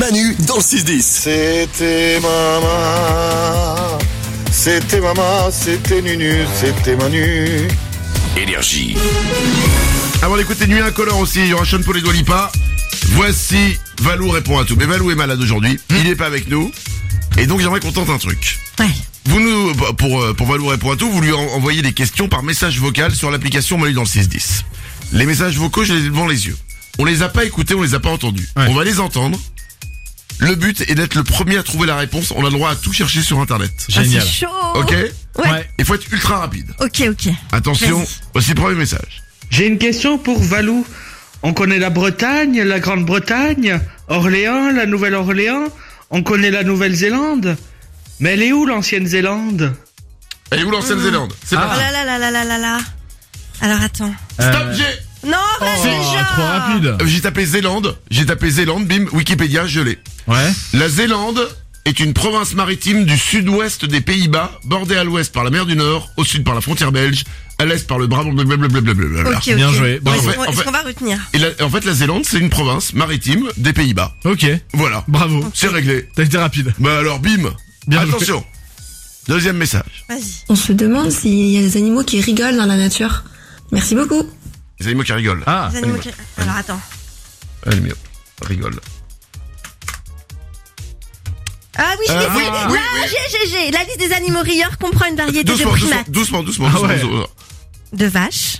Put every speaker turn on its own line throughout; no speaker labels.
Manu dans le 6-10.
C'était maman, c'était maman, c'était Nunu, c'était Manu.
Énergie.
Avant d'écouter Nuit Incolore aussi, il y aura Sean Paul et Dua Lipa. Voici Valou répond à tout. Mais Valou est malade aujourd'hui. Il n'est pas avec nous. Et donc j'aimerais qu'on tente un truc.
Ouais.
Vous nous, pour, euh, pour Valou répond à tout, vous lui en- envoyez des questions par message vocal sur l'application Manu dans le 610. Les messages vocaux, je les ai devant les yeux. On les a pas écoutés, on les a pas entendus.
Ouais.
On va les entendre. Le but est d'être le premier à trouver la réponse. On a le droit à tout chercher sur internet.
Ah, c'est
Génial.
chaud.
Ok
Ouais.
Ouais.
Il faut être ultra rapide.
Ok, ok.
Attention,
Vas-y.
voici le premier message.
J'ai une question pour Valou. On connaît la Bretagne, la Grande-Bretagne, Orléans, la Nouvelle-Orléans, on connaît la Nouvelle-Zélande. Mais elle est où l'ancienne Zélande
Elle est où l'Ancienne-Zélande C'est
Oh
parti.
là là là là là là là. Alors attends.
Stop,
Euh,
j'ai...
Non,
oh,
vas-y déjà.
trop rapide.
Euh, J'ai tapé Zélande, j'ai tapé Zélande, bim, Wikipédia, je l'ai.
Ouais.
La Zélande est une province maritime du sud-ouest des Pays-Bas, bordée à l'ouest par la mer du Nord, au sud par la frontière belge, à l'est par le Brabant, blablabla.
Ok, ok.
Bien joué,
Bon,
bravo.
est-ce
En
qu'on-
fait-
est-ce qu'on va retenir
Et la- en fait, la Zélande, c'est une province maritime des Pays-Bas.
Ok.
Voilà,
Bravo.
c'est réglé.
T'as été rapide.
Bah alors, bim,
Bien joué.
attention. Deuxième message.
Vas-y.
On se demande s'il y a des animaux qui rigolent dans la nature. Merci beaucoup.
Les animaux qui rigolent. Euh,
Ah.
Les animaux qui- Alors attends.
Les animaux rigolent.
Ah oui, je
Euh,
l'ai
oui,
fait.
oui,
Ah,
oui.
j'ai, j'ai, j'ai. La liste des animaux rieurs comprend une variété de
Doucement, doucement,
primates.
doucement, doucement,
Ah
doucement,
ouais.
doucement. Euh,
De vaches.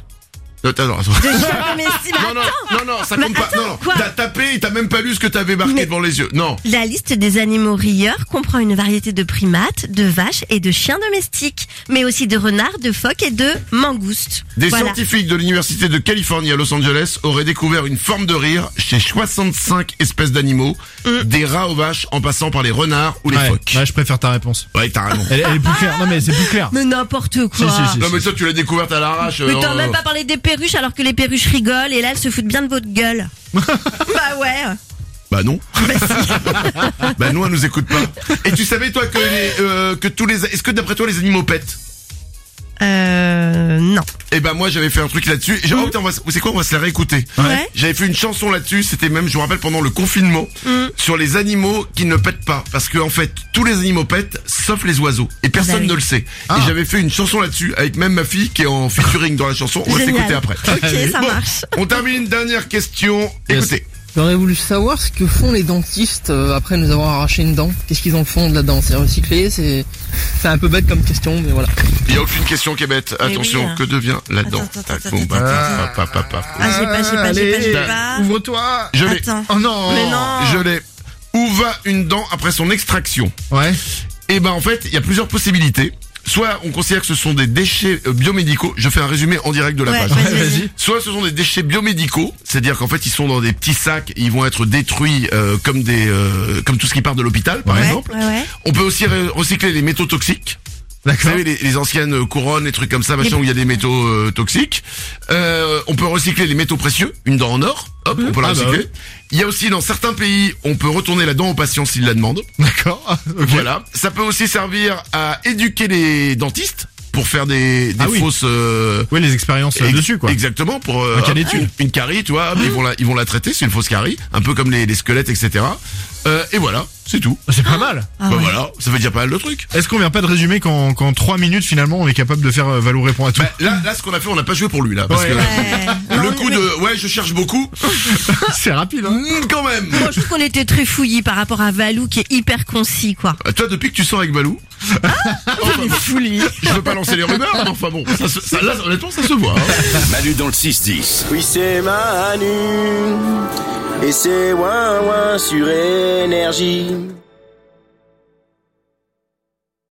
Attends, attends, attends.
De chiens domestiques.
Non, non, non, non, ça
Mais
compte pas.
attends,
non, non.
quoi
T'as tapé et t'as même pas lu ce que t'avais marqué
Mais-
devant les yeux. Non.
La liste des animaux rieurs comprend une variété de primates, de vaches et de chiens domestiques, mais aussi de renards, de phoques et de mangoustes.
Des
voilà.
scientifiques de l'université de Californie à Los Angeles auraient découvert une forme de rire chez 65 espèces d'animaux,
Mm.
des rats aux vaches en passant par les renards ou les
Ouais.
phoques.
Ouais, je préfère ta réponse.
Ouais, t'as raison.
Elle, elle est plus claire. Non mais c'est plus clair.
Mais n'importe quoi.
Si, si, si.
Non mais toi tu l'as découverte à l'arrache. euh,
Mais t'as
en-
même pas parlé des perruches alors que les perruches rigolent et là elles se foutent bien de votre gueule. bah ouais.
Bah non. bah non, elle nous écoute pas. Et tu savais toi que les, euh, que tous les est-ce que d'après toi les animaux pètent
Euh non.
Eh ben moi j'avais fait un truc là-dessus.
Mm.
J'ai- Oh, putain, on va se- c'est quoi On va se la réécouter.
Ouais.
J'avais fait une chanson là-dessus, c'était même, je me rappelle, pendant le confinement,
Mm.
sur les animaux qui ne pètent pas. Parce que, en fait, tous les animaux pètent, sauf les oiseaux. Et personne
Bah oui.
ne le sait.
Ah.
Et j'avais fait une chanson là-dessus, avec même ma fille qui est en featuring dans la chanson. On va
Génial.
s'écouter après.
Ok, ça
Bon,
marche.
On termine une dernière question.
Yes.
Écoutez.
J'aurais voulu savoir ce que font les dentistes euh, après nous avoir arraché une dent. Qu'est-ce qu'ils en font de la dent C'est recyclé, c'est c'est un peu bête comme question, mais voilà.
Il n'y a aucune question qui est bête.
Mais
Attention,
oui, hein.
que devient la dent
Attends, attends,
Ah,
attends,
bon,
attends,
bah,
attends.
pa, pa, pa, pa.
Ah j'ai pas, j'ai pas, j'ai pas, j'ai pas.
Bah,
Ouvre-toi.
Je l'ai.
Attends.
Oh non.
Mais non.
Je l'ai. Où va une dent après son extraction
Ouais.
Eh ben en fait, il y a plusieurs possibilités. Soit on considère que ce sont des déchets euh, biomédicaux. Je fais un résumé en direct de la
Ouais,
page.
vas-y, vas-y.
Vas-y.
Soit ce sont des déchets biomédicaux, c'est-à-dire qu'en fait ils sont dans des petits sacs, et ils vont être détruits euh, comme des euh, comme tout ce qui part de l'hôpital par
Ouais.
exemple.
Ouais, ouais.
On peut aussi re- recycler les métaux toxiques. Vous
D'accord.
savez les, les anciennes couronnes, les trucs comme ça, machin
Les-
où il y a des métaux euh, toxiques. Euh, on peut recycler les métaux précieux, une dent en or, hop, on peut la
Ah bah
recycler. Il y a aussi dans certains pays, on peut retourner la dent au patient s'il la demande.
D'accord. Ok.
Voilà, ça peut aussi servir à éduquer les dentistes pour faire des, des
Ah oui.
fausses euh,
Oui, les expériences euh,
ex-
dessus quoi.
Exactement pour euh,
Un carie
hop,
dessus.
une carie, tu vois, hop, ils vont la ils vont la traiter, c'est une fausse carie, un peu comme les, les squelettes, etc. Euh, et voilà, c'est tout.
C'est pas mal.
Ah
bah
ouais.
voilà, ça veut dire pas mal de trucs.
Est-ce qu'on vient pas de résumer qu'en qu'en 3 minutes finalement on est capable de faire euh, Valou répond à tout
Bah, là, là, ce qu'on a fait, on n'a pas joué pour lui là, parce
Ouais.
que
Ouais.
le
Non,
coup
mais-
de ouais, je cherche beaucoup,
C'est rapide hein
hmm, quand même.
Bon, je trouve qu'on était très fouillis par rapport à Valou qui est hyper concis quoi.
Euh, Toi, depuis que tu sors avec Balou,
Ah, Il est fouli.
je veux pas lancer les rumeurs, mais enfin bon, ça, se- ça, là, honnêtement, ça se voit. hein.
Manu dans le 6-10.
Oui, c'est Manu. Et c'est Ouin Ouin sur énergie.